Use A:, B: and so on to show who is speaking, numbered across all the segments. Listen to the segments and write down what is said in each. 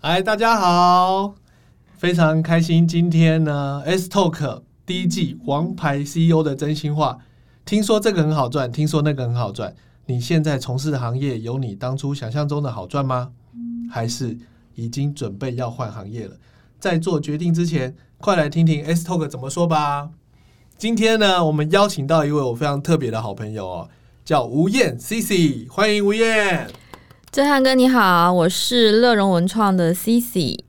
A: 嗨，哎大家好，非常开心，今天呢，S Talk 第一季《王牌 CEO 的真心话》，听说这个很好赚，听说那个很好赚。你现在从事的行业有你当初想象中的好赚吗？还是已经准备要换行业了？在做决定之前，快来听听 S Talk 怎么说吧。今天呢，我们邀请到一位我非常特别的好朋友哦，叫吴燕 C C，欢迎吴燕。
B: 震撼哥你好，我是乐融文创的 CC，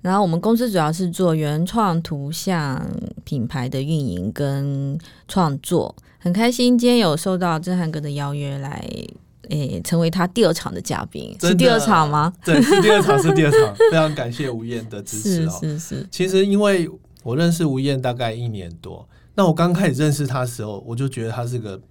B: 然后我们公司主要是做原创图像品牌的运营跟创作，很开心今天有受到震撼哥的邀约来，诶、成为他第二场的嘉宾，
A: 真的啊
B: 是第二场吗？
A: 对，是第二场，是第二场， 非常感谢吴燕的支持
B: 是
A: 哦。
B: 是是，
A: 其实因为我认识吴燕大概一年多，那我刚开始认识她的时候，我就觉得她是个嘖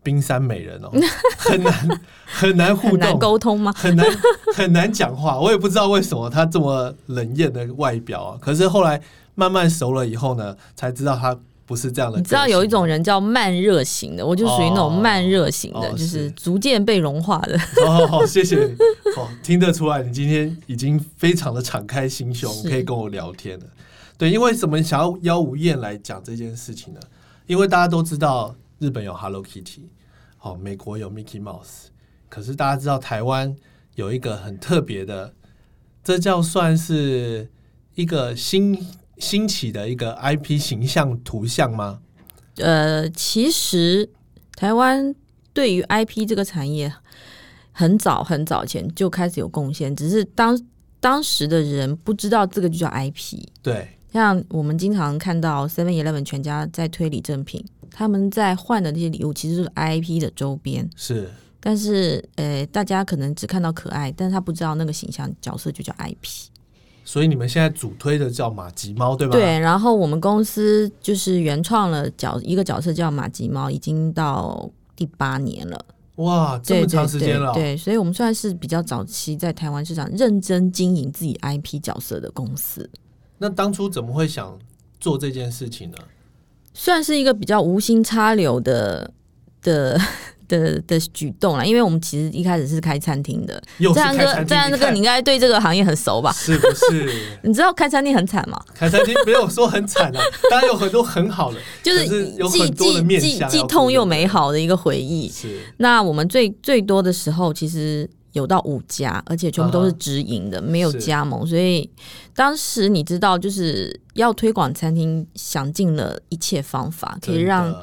A: 冰山美人哦， 很难很难互
B: 很难
A: 动，
B: 沟通吗？
A: 很难啊很难讲话。我也不知道为什么她这么冷艳的外表啊，可是后来慢慢熟了以后呢，才知道她不是这样的。
B: 你知道有一种人叫慢热型的，我就属于那种慢热型的，
A: 哦哦
B: 就是
A: 是
B: 逐渐被融化的。
A: 好好好，谢谢你。好，听得出来你今天已经非常的敞开心胸，
B: 是
A: 可以跟我聊天了。对，因为什么想要邀吴燕来讲这件事情呢？因为大家都知道日本有 Hello Kitty，好、美国有 Mickey Mouse，可是大家知道台湾有一个很特别的，这叫算是一个新兴起的一个 IP 形象图像吗？
B: 呃，其实台湾对于 IP 这个产业很早很早前就开始有贡献，只是当当时的人不知道这个就叫 IP。
A: 对，
B: 像我们经常看到 Seven Eleven 全家在推礼赠品，他们在换的那些礼物其实就是 IP 的周边，
A: 是
B: 但是呃，大家可能只看到可爱，但是他不知道那个形象角色就叫 IP。
A: 所以你们现在主推的叫马吉猫，对吧？
B: 对，然后我们公司就是原创了角一个角色叫马吉猫，已经到第八年了，
A: 哇，这
B: 对
A: 么长时间了哦、
B: 对对对，所以我们算是比较早期在台湾市场认真经营自己 IP 角色的公司，
A: 那当初怎么会想做这件事情呢？
B: 算是一个比较无心插柳的的的的举动啦，因为我们其实一开始是开餐厅的，
A: 又哦是
B: 这样
A: 开餐
B: 哥，这
A: 厅，
B: 样哥，你应该对这个行业很熟
A: 看
B: 吧？
A: 是不是
B: 你知道开餐厅很惨吗？
A: 开餐厅没有说很惨 啊？当然有很多很好的，
B: 就
A: 可是有
B: 既
A: 很多的
B: 既
A: 面
B: 既
A: 向
B: 既
A: 要
B: 痛
A: 顾
B: 又
A: 虑
B: 美好的一个回忆。
A: 是
B: 那我们最最多的时候，其实有到五家，而且全部都是直营的没有
A: 嗯是
B: 加盟。所以当时你知道，就是要推广餐厅，想尽了一切方法，可以
A: 真的
B: 让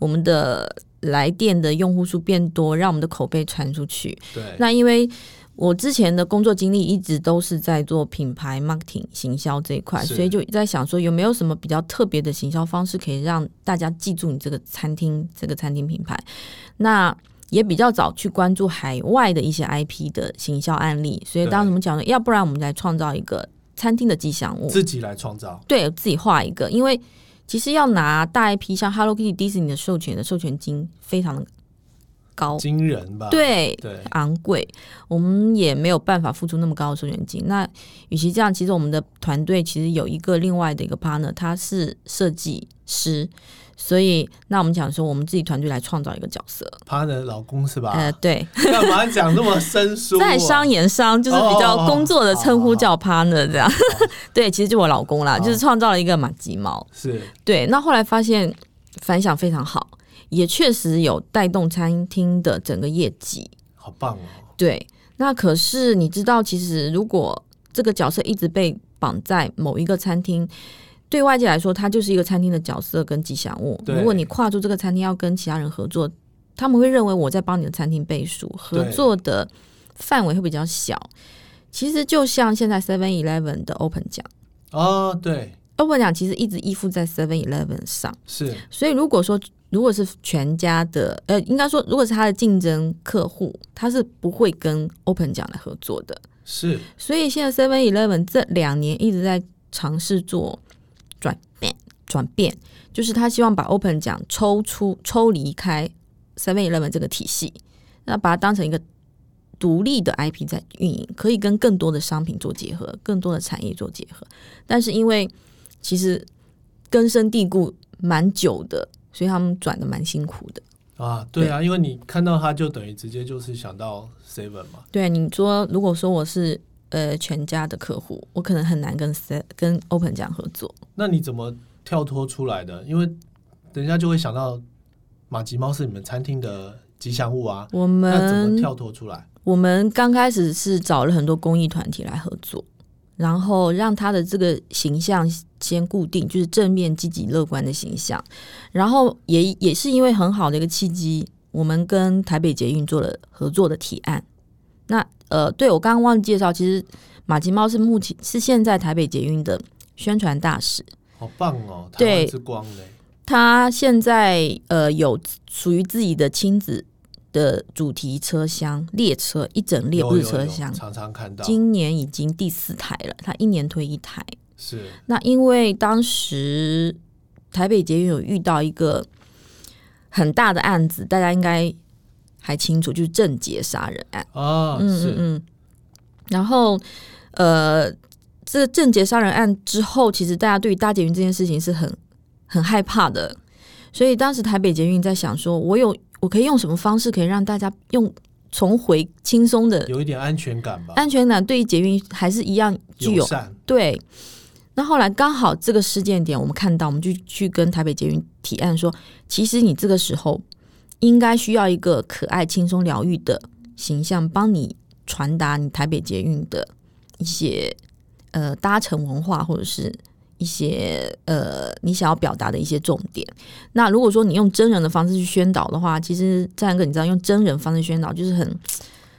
B: 我们的来电的用户数变多，让我们的口碑传出去。
A: 对
B: 那因为我之前的工作经历一直都是在做品牌 marketing 行销这一块，
A: 是
B: 所以就在想说有没有什么比较特别的行销方式可以让大家记住你这个餐厅这个餐厅品牌。那也比较早去关注海外的一些 IP 的行销案例，所以
A: 对
B: 当时我们讲说，要不然我们来创造一个餐厅的吉祥物，
A: 自己来创造，
B: 对自己画一个，因为其实要拿大 IP 像 Hello Kitty、迪士尼的授权的授权金非常的高，
A: 惊人吧？
B: 哦对，
A: 对
B: 昂贵，我们也没有办法付出那么高的授权金。那与其这样，其实我们的团队其实有一个另外的一个 partner，他是设计师，所以那我们讲说，我们自己团队来创造一个角色。
A: 她的老公是吧？
B: 呃，对，
A: 干嘛讲那么生疏、啊？
B: 在商言商，就是比较工作的称呼叫 partner 这样。对，其实就我老公啦，
A: 哦
B: 就是创造了一个马吉猫。
A: 是
B: 对，那后来发现反响非常好，也确实有带动餐厅的整个业绩。
A: 好棒哦，
B: 对，那可是你知道，其实如果这个角色一直被绑在某一个餐厅，对外界来说，它就是一个餐厅的角色跟吉祥物。
A: 对
B: 如果你跨出这个餐厅要跟其他人合作，他们会认为我在帮你的餐厅背书，合
A: 对
B: 作的范围会比较小。其实就像现在 Seven Eleven 的 Open 奖
A: 哦，对，
B: ，Open 奖其实一直依附在 Seven Eleven 上。
A: 是
B: 所以如果说如果是全家的，呃，应该说如果是他的竞争客户，他是不会跟 Open 奖来合作的。
A: 是
B: 所以现在 Seven Eleven 这两年一直在尝试做转变，转变就是他希望把 Open 奖抽出、抽离开 Seven Eleven 这个体系，那把它当成一个独立的 IP 在运营，可以跟更多的商品做结合，更多的产业做结合。但是因为其实根深蒂固蛮久的，所以他们转的蛮辛苦的。
A: 啊，对啊，因为你看到她就等于直接就是想到 Seven 嘛，
B: 对你说，如果说我是呃全家的客户，我可能很难跟 Se- 跟 Open 这样合作。
A: 那你怎么跳脱出来的？因为等一下就会想到马吉猫是你们餐厅的吉祥物啊，
B: 我
A: 那怎么
B: 们
A: 跳脱出来？
B: 我们刚开始是找了很多公益团体来合作，然后让他的这个形象先固定，就是正面、积极、乐观的形象。然后也也是因为很好的一个契机，我们跟台北捷运做了合作的提案。那呃，对我刚刚忘了介绍，其实马吉猫是目前是现在台北捷运的宣传大使，
A: 好棒哦，台
B: 对
A: 湾之光嘞！
B: 他现在呃有属于自己的亲子的主题车厢列车，一整列
A: 有
B: 不是
A: 有
B: 车
A: 有
B: 厢，
A: 常常看到，
B: 今年已经第四台了，它一年推一台。
A: 是
B: 那因为当时台北捷运有遇到一个很大的案子，大家应该还清楚，就是郑捷杀人案。
A: 啊，
B: 嗯嗯
A: 是
B: 嗯。然后，呃，这郑捷杀人案之后，其实大家对于搭捷运这件事情是很很害怕的，所以当时台北捷运在想说，我有我可以用什么方式可以让大家用重回轻松的
A: 有一啊点安全感吧，
B: 安全感，对于捷运还是一样具有
A: 友善
B: 对。那后来刚好这个事件点，我们看到，我们就去跟台北捷运提案说，其实你这个时候应该需要一个可爱、轻松、疗愈的形象，帮你传达你台北捷运的一些呃搭乘文化，或者是一些呃你想要表达的一些重点。那如果说你用真人的方式去宣导的话，其实赞哥，你知道用真人方式宣导就是很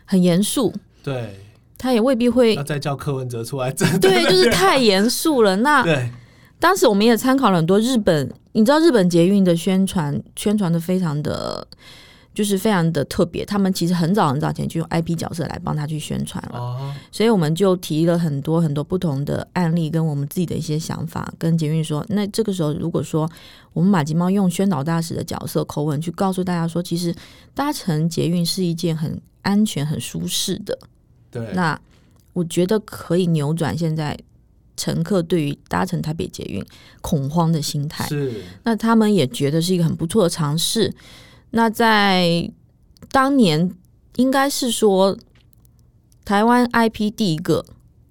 B: 很严肃，
A: 对。
B: 他也未必会
A: 那再叫柯文哲出来，真的
B: 对，就是太严肃了。那
A: 对，
B: 当时我们也参考了很多日本，你知道日本捷运的宣传宣传的非常的，就是非常的特别。他们其实很早很早前就用 IP 角色来帮他去宣传了，
A: 哦，
B: 所以我们就提了很多很多不同的案例，跟我们自己的一些想法，跟捷运说，那这个时候如果说我们马吉猫用宣导大使的角色口吻去告诉大家说，其实搭乘捷运是一件很安全、很舒适的。
A: 对，
B: 那我觉得可以扭转现在乘客对于搭乘台北捷运恐慌的心态。
A: 是
B: 那他们也觉得是一个很不错的尝试。那在当年应该是说，台湾 IP 第一个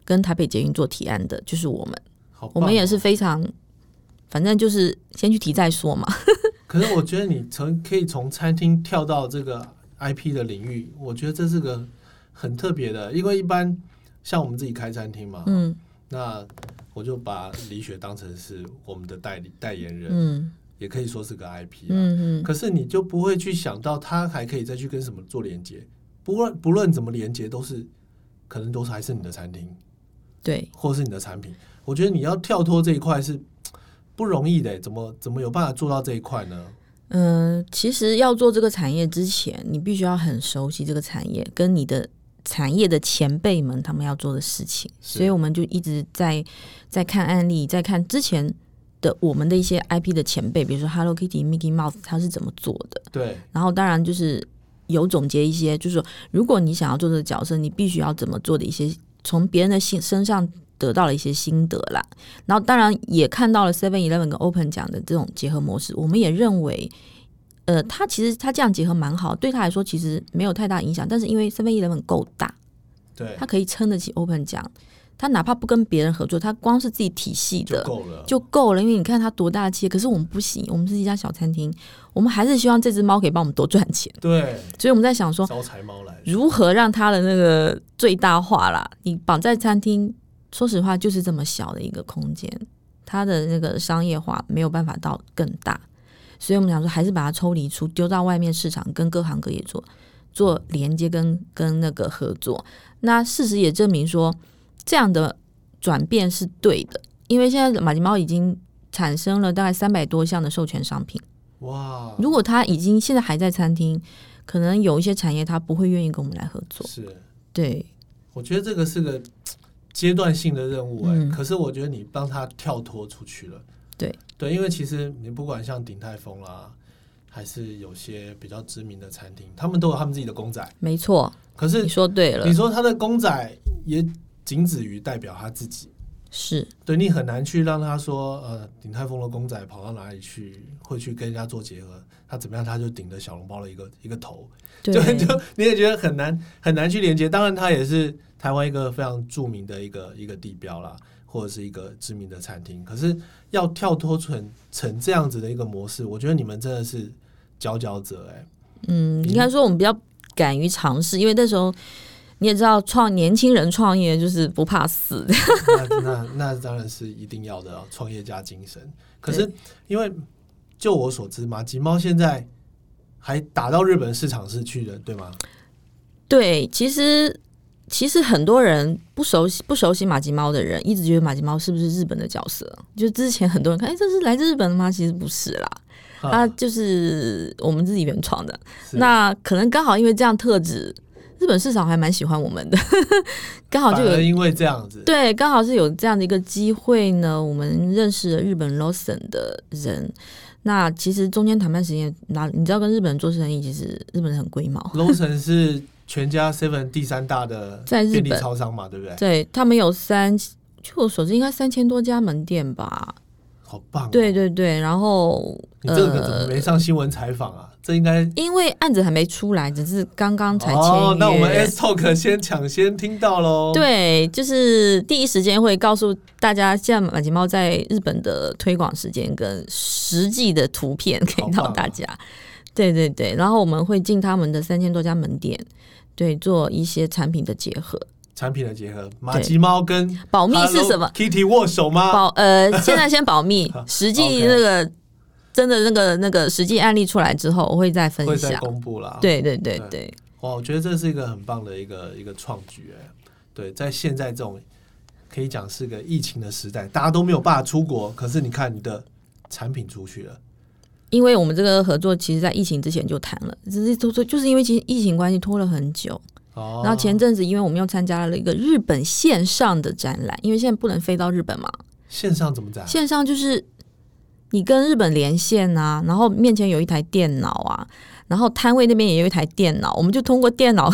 B: 跟台北捷运做提案的就是我们，
A: 好棒哦，
B: 我们也是非常，反正就是先去提再说嘛。
A: 啊可是我觉得你从可以从餐厅跳到这个 IP 的领域，我觉得这是个很特别的，因为一般像我们自己开餐厅嘛，
B: 嗯
A: 那我就把李雪当成是我们的代理代言人，
B: 嗯
A: 也可以说是个 IP 啊。
B: 嗯嗯，
A: 可是你就不会去想到它还可以再去跟什么做连接，不论不论怎么连接，都是可能都是还是你的餐厅
B: 对，
A: 或是你的产品。我觉得你要跳脱这一块是不容易的，怎么怎么有办法做到这一块呢？
B: 嗯，其实要做这个产业之前，你必须要很熟悉这个产业，跟你的产业的前辈们他们要做的事情。
A: 是
B: 所以我们就一直在在看案例，在看之前的我们的一些 IP 的前辈，比如说 Hello Kitty、Mickey Mouse，他是怎么做的。
A: 对。
B: 然后当然就是有总结一些，就是说如果你想要做这个角色，你必须要怎么做的一些，从别人的心身上得到了一些心得啦。然后当然也看到了 Seven Eleven 跟 Open 讲的这种结合模式，我们也认为。呃，他其实他这样结合蛮好，对他来说其实没有太大影响。但是因为 Seven Eleven 够大，
A: 对
B: 他，可以撑得起 Open 奖，他哪怕不跟别人合作，他光是自己体系
A: 就
B: 的
A: 够了，
B: 就够了，因为你看它多大气，可是我们不行，我们是一家小餐厅，我们还是希望这只猫可以帮我们多赚钱，
A: 对，
B: 所以我们在想说，
A: 招财猫来了，
B: 如何让它的那个最大化啦？你绑在餐厅，说实话就是这么小的一个空间，它的那个商业化没有办法到更大，所以我们想说，还是把它抽离出，丢到外面市场，跟各行各业做做连接跟跟那个合作。那事实也证明说，这样的转变是对的，因为现在马吉猫已经产生了大概三百多项的授权商品。
A: 哇，
B: 如果他已经现在还在餐厅，可能有一些产业他不会愿意跟我们来合作。
A: 是，
B: 对，
A: 我觉得这个是个阶段性的任务哎、
B: 嗯
A: 可是我觉得你帮他跳脱出去了，
B: 对
A: 对，因为其实你不管像鼎泰丰啦，还是有些比较知名的餐厅，他们都有他们自己的公仔，
B: 没错，
A: 可是
B: 你说对了
A: 你。说他的公仔也仅止于代表他自己，
B: 是
A: 对你很难去让他说，呃，鼎泰丰的公仔跑到哪里去，会去跟人家做结合，他怎么样，他就顶着小笼包的一个一个头，
B: 对
A: 就就你也觉得很难很难去连接。当然，它也是台湾一个非常著名的一个一个地标啦，或者是一个知名的餐厅。可是要跳脱成成这样子的一个模式，我觉得你们真的是佼佼者哎、
B: 嗯，应该说我们比较敢于尝试，因为那时候你也知道，创年轻人创业就是不怕死的。
A: 那那 那当然是一定要的哦创业家精神。可是因为就我所知嘛，吉猫现在还打到日本市场是去的，对吗？
B: 对，其实其实很多人不熟悉不熟悉马吉猫的人，一直觉得马吉猫是不是日本的角色？就之前很多人看，哎，这是来自日本的吗？其实不是啦，它
A: 啊，
B: 就是我们自己原创的。
A: 是
B: 那可能刚好因为这样特质，日本市场还蛮喜欢我们的， 刚好就
A: 反而
B: 有
A: 因为这样子，
B: 对，刚好是有这样的一个机会呢，我们认识了日本 Lawson 的人。那其实中间谈判时间哪，你知道跟日本人做生意，其实日本人很龟毛，
A: ，Lawson 是全家 Seven 第三大的
B: 在日
A: 便利
B: 本
A: 超商嘛，对不对？
B: 对他们有三，据我所知应该三千多家门店吧。
A: 好棒、哦！
B: 对，呃对对，然后
A: 你这个怎么没上新闻采访啊？这应该
B: 因为案子还没出来，只是刚刚才签约。
A: 哦，那我们 S Talk 先抢先听到喽。，
B: 对，就是第一时间会告诉大家，现在马吉猫在日本的推广时间跟实际的图片给
A: 好棒
B: 到
A: 啊
B: 大家。对对对，然后我们会进他们的三千多家门店，对，做一些产品的结合。
A: 产品的结合，马吉猫跟
B: 保密是什么
A: Hello？？Kitty 握手吗？
B: 保呃，现在先保密
A: 好，
B: 实际
A: OK
B: 那个真的那个那个实际案例出来之后，我会再分
A: 会再
B: 享。
A: 公布啦。
B: 对对对
A: 对
B: 对，
A: 哇，我觉得这是一个很棒的一个一个创举哎、对，在现在这种可以讲是个疫情的时代，大家都没有办法出国，可是你看你的产品出去了，
B: 因为我们这个合作其实在疫情之前就谈了，只是都说就是因为其实疫情关系拖了很久。
A: 哦，
B: 然后前阵子，因为我们又参加了一个日本线上的展览，因为现在不能飞到日本嘛，
A: 线上怎么展？
B: 线上就是你跟日本连线啊，然后面前有一台电脑啊，然后摊位那边也有一台电脑，我们就通过电脑，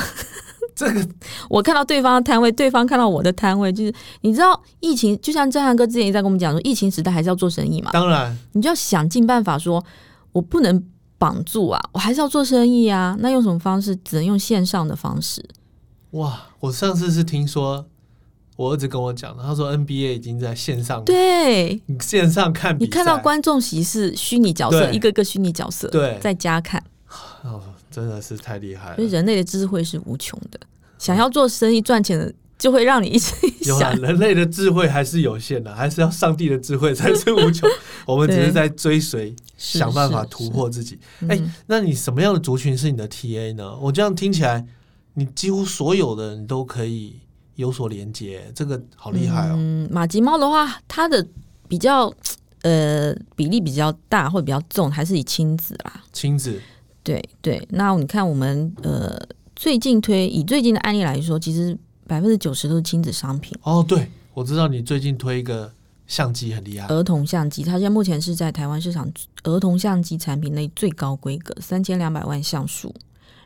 A: 这个
B: 我看到对方的摊位，对方看到我的摊位，就是你知道疫情，就像正汉哥之前一直在跟我们讲说，疫情时代还是要做生意嘛，
A: 当然
B: 你就要想尽办法说，我不能绑住啊，我还是要做生意啊，那用什么方式？只能用线上的方式。
A: 哇，我上次是听说我儿子跟我讲的，他说 NBA 已经在线上
B: 对，
A: 线上看比
B: 你
A: 赛，
B: 看到观众席是虚拟角色，
A: 对
B: 一个个虚拟角色
A: 对，
B: 在家看，
A: 哦，真的是太厉害
B: 所以
A: 了。
B: 人类的智慧是无穷的。想要做生意赚钱的，就会让你一直
A: 有啊，
B: 想。
A: 人类的智慧还是有限的，还是要上帝的智慧才是无 穷。我们只是
B: 对
A: 在追随，
B: 是
A: 想办法
B: 是
A: 突
B: 是
A: 破自己。
B: 嗯
A: 哎、那你什么样的族群是你的 TA 呢？我这样听起来，你几乎所有的你都可以有所连接，这个好厉害哦！
B: 嗯，马吉猫的话，它的比较呃比例比较大，或者比较重，还是以亲子啦。
A: 亲子
B: 对对，那你看我们呃最近推以最近的案例来说，其实百分之九十都是亲子商品。
A: 哦，对，我知道你最近推一个相机很厉害，
B: 儿童相机，它现在目前是在台湾市场儿童相机产品内最高规格，三千两百万像素，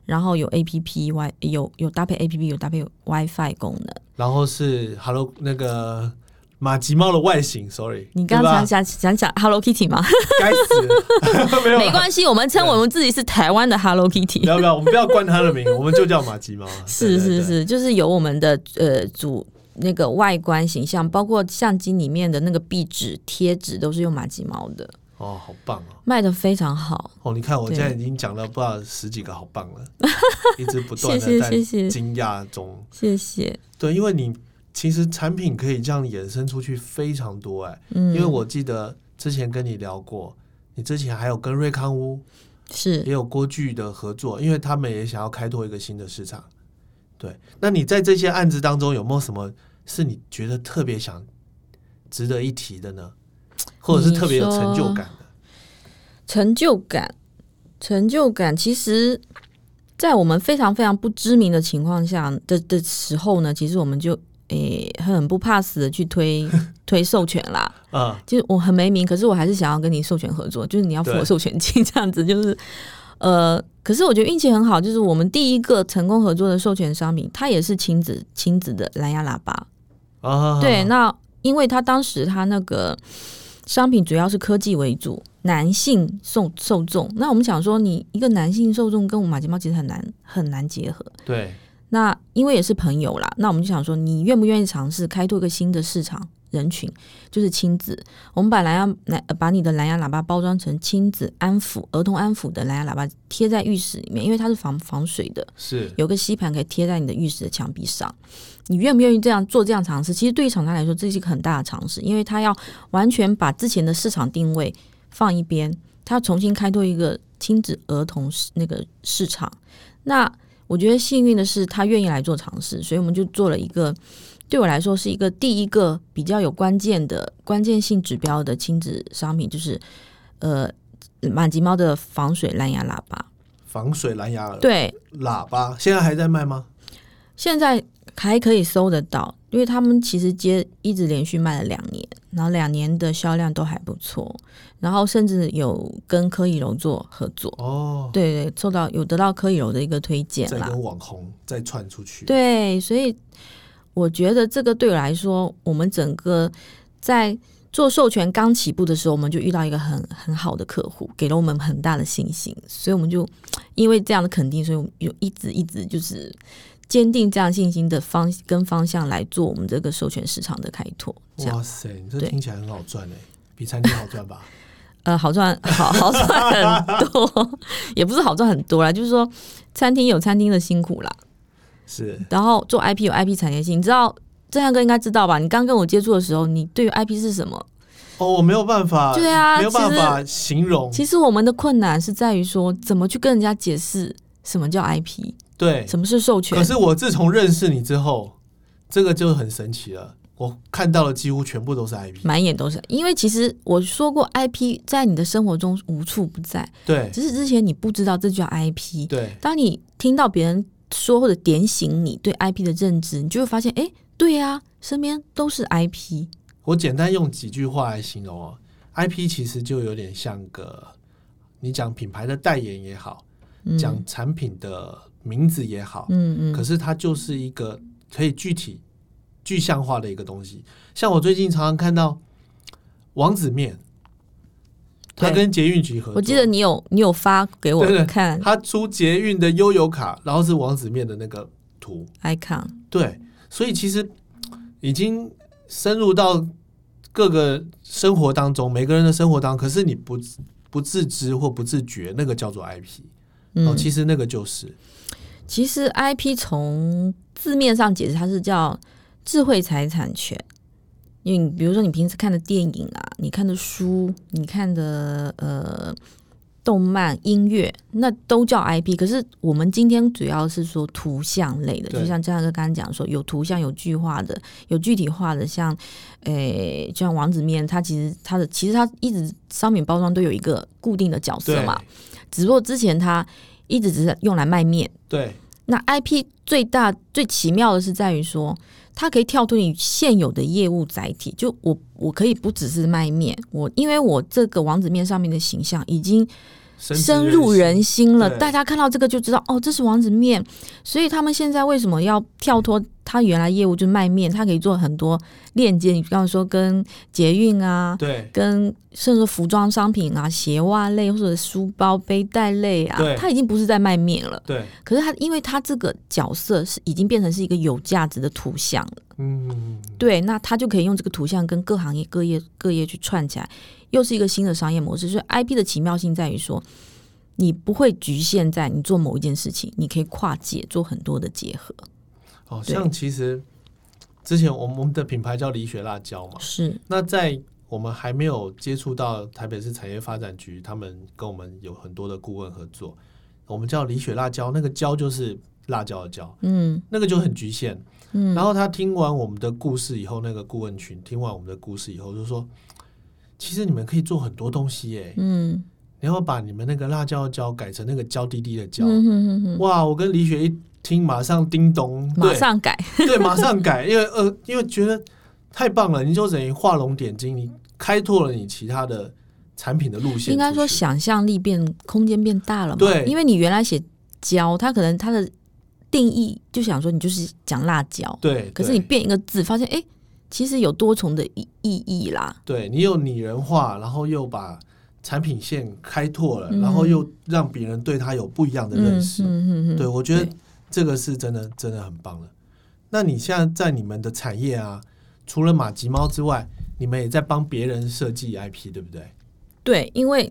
B: 然后有 A P P Y 有有搭配 A P P 有搭配 WiFi 功能。
A: 然后是 Hello 那个马吉猫的外形，sorry，
B: 你刚
A: 对吧
B: 刚想想想讲 Hello Kitty 吗？
A: 该 死，没有啦
B: 没关系，我们称我们自己是台湾的 Hello
A: 不
B: Kitty。
A: 要不要，我们不要冠它的名，我们就叫马吉猫。
B: 是
A: 对
B: 是，是，就是有我们的呃主那个外观形象，包括相机里面的那个壁纸、贴纸都是用马吉猫的，
A: 对哦，好棒哦！
B: 卖的非常好。
A: 哦，你看我
B: 对
A: 现在已经讲了不知道十几个，好棒 了，一直不断
B: 谢
A: 的
B: 谢
A: 在
B: 谢谢
A: 惊讶中。
B: 谢谢，
A: 对，因为你其实产品可以这样衍生出去非常多哎、
B: 嗯，
A: 因为我记得之前跟你聊过，你之前还有跟瑞康屋
B: 是
A: 也有郭剧的合作，因为他们也想要开拓一个新的市场。对，那你在这些案子当中有没有什么是你觉得特别想值得一提的呢？或者是特别有成就感的？
B: 成就感，成就感，其实，在我们非常非常不知名的情况下的的时候呢，其实我们就诶、很不怕死的去推推授权啦。
A: 啊、
B: 就是我很没名，可是我还是想要跟你授权合作，就是你要付
A: 对
B: 我授权金这样子，就是呃，可是我觉得运气很好，就是我们第一个成功合作的授权商品，它也是亲子亲子的蓝牙喇叭。
A: 啊，
B: 对，那因为他当时他那个商品主要是科技为主，男性受受众。那我们想说，你一个男性受众跟我们马睫毛其实很难很难结合。
A: 对，
B: 那因为也是朋友啦，那我们就想说，你愿不愿意尝试开拓一个新的市场人群，就是亲子。我们把蓝牙蓝呃把你的蓝牙喇叭包装成亲子安抚、儿童安抚的蓝牙喇叭贴在浴室里面，因为它是防防水的，
A: 是
B: 有个吸盘可以贴在你的浴室的墙壁上。你愿不愿意这样做这样尝试？其实对于厂商来说，这是一个很大的尝试，因为他要完全把之前的市场定位放一边，他要重新开拓一个亲子儿童市那个市场。那我觉得幸运的是，他愿意来做尝试，所以我们就做了一个对我来说是一个第一个比较有关键的关键性指标的亲子商品，就是呃满级猫的防水蓝牙喇叭。
A: 防水蓝牙耳
B: 对，
A: 喇叭，现在还在卖吗？
B: 现在还可以搜得到，因为他们其实接一直连续卖了两年，然后两年的销量都还不错，然后甚至有跟柯以柔做合作，
A: 哦，
B: 对对，受到有得到柯以柔的一个推荐
A: 再
B: 啦，
A: 跟网红再串出去，
B: 对，所以我觉得这个对我来说，我们整个在做授权刚起步的时候，我们就遇到一个很很好的客户，给了我们很大的信心，所以我们就因为这样的肯定，所以我们就一直一直就是坚定这样信心的方跟方向来做我们这个授权市场的开拓，这样
A: 哇塞，你这
B: 对
A: 听起来很好赚哎，比餐厅好赚 吧？
B: 呃，好赚，好好赚很多， 也不是好赚很多啦，就是说餐厅有餐厅的辛苦啦。
A: 是
B: 然后做 IP 有 IP 产业性，你知道正汉哥应该知道吧？你刚跟我接触的时候，你对于 IP 是什么？
A: 哦，我没有办法，
B: 对啊
A: 没有办
B: 其实
A: 法形容，
B: 其实我们的困难是在于说，怎么去跟人家解释什么叫 IP，
A: 对，
B: 什么是授权
A: 可。是我自从认识你之后，这个就很神奇了。我看到的几乎全部都是 IP，
B: 满眼都是，因为其实我说过，IP 在你的生活中无处不在，
A: 对
B: 只是之前你不知道这叫 IP。
A: 对
B: 当你听到别人说或者点醒你对 IP 的认知，你就会发现，哎，对呀、身边都是 IP。
A: 我简单用几句话来形容哦，IP 其实就有点像个你讲品牌的代言也好，
B: 嗯
A: 讲产品的名字也好，
B: 嗯
A: 可
B: 嗯，
A: 是它就是一个可以具体具象化的一个东西。像我最近常常看到王子面，他
B: 对
A: 跟捷运局合作，
B: 我记得你有你有发给我
A: 对对
B: 看
A: 他出捷运的悠游卡，然后是王子面的那个图，
B: icon，
A: 对，所以其实已经深入到各个生活当中，每个人的生活当中，可是你不不自知或不自觉，那个叫做 IP、哦，
B: 嗯，
A: 其实那个就是
B: 其实 IP 从字面上解释，它是叫智慧财产权。因为你比如说你平时看的电影啊，你看的书，你看的呃动漫、音乐，那都叫 IP。可是我们今天主要是说图像类的，
A: 对
B: 就像张大哥刚刚讲说，有图像、有具化的、有具体化的，像诶、就像王子面，它其实它的其实它一直商品包装都有一个固定的角色
A: 对
B: 嘛，只不过之前它一直只是用来卖面。
A: 对
B: 那 IP 最大最奇妙的是在于说，它可以跳脱你现有的业务载体。就我我可以不只是卖面，我因为我这个王子面上面的形象已经
A: 深植
B: 深入人
A: 心
B: 心了，
A: 对
B: 大家看到这个就知道哦，这是王子面。所以他们现在为什么要跳脱他原来业务就卖面？他可以做很多链接，你比方说跟捷运啊，
A: 对
B: 跟甚至服装商品啊、鞋袜类或者书包、背带类啊
A: 对，
B: 他已经不是在卖面了。
A: 对，
B: 可是他，因为他这个角色是已经变成是一个有价值的图像了，
A: 嗯，
B: 对，那他就可以用这个图像跟各行业、各业、各业去串起来，又是一个新的商业模式。所以 IP 的奇妙性在于说，你不会局限在你做某一件事情，你可以跨界做很多的结合。
A: 好、
B: 对
A: 哦像其实之前我们我们的品牌叫李雪辣椒嘛，
B: 是，
A: 那在我们还没有接触到台北市产业发展局，他们跟我们有很多的顾问合作。我们叫李雪辣椒，那个椒就是辣椒的椒，
B: 嗯
A: 那个就很局限。
B: 嗯，
A: 然后他听完我们的故事以后，那个顾问群听完我们的故事以后，就说：“其实你们可以做很多东西耶、
B: 嗯
A: 你要把你们那个辣椒的椒改成那个娇滴滴的
B: 嗯
A: 椒。
B: 哼哼哼，
A: 哇！我跟李雪一听，马上叮咚，
B: 马
A: 对
B: 上改，
A: 对，马上改，因为呃，因为觉得太棒了，你就等于画龙点睛，你开拓了你其他的产品的路线出去。
B: 应该说想象力变空间变大了嘛？
A: 对
B: 因为你原来写椒，它可能它的定义就想说你就是讲辣椒。
A: 对，
B: 可是
A: 对
B: 你变一个字，发现哎、诶其实有多重的意意义啦。
A: 对你有拟人化，然后又把产品线开拓了，
B: 嗯
A: 然后又让别人对它有不一样的认识。
B: 嗯
A: 对，我觉得
B: 对
A: 这个是真的真的很棒的。那你现在在你们的产业啊，除了马吉猫之外，你们也在帮别人设计 IP，对不对？
B: 对，因为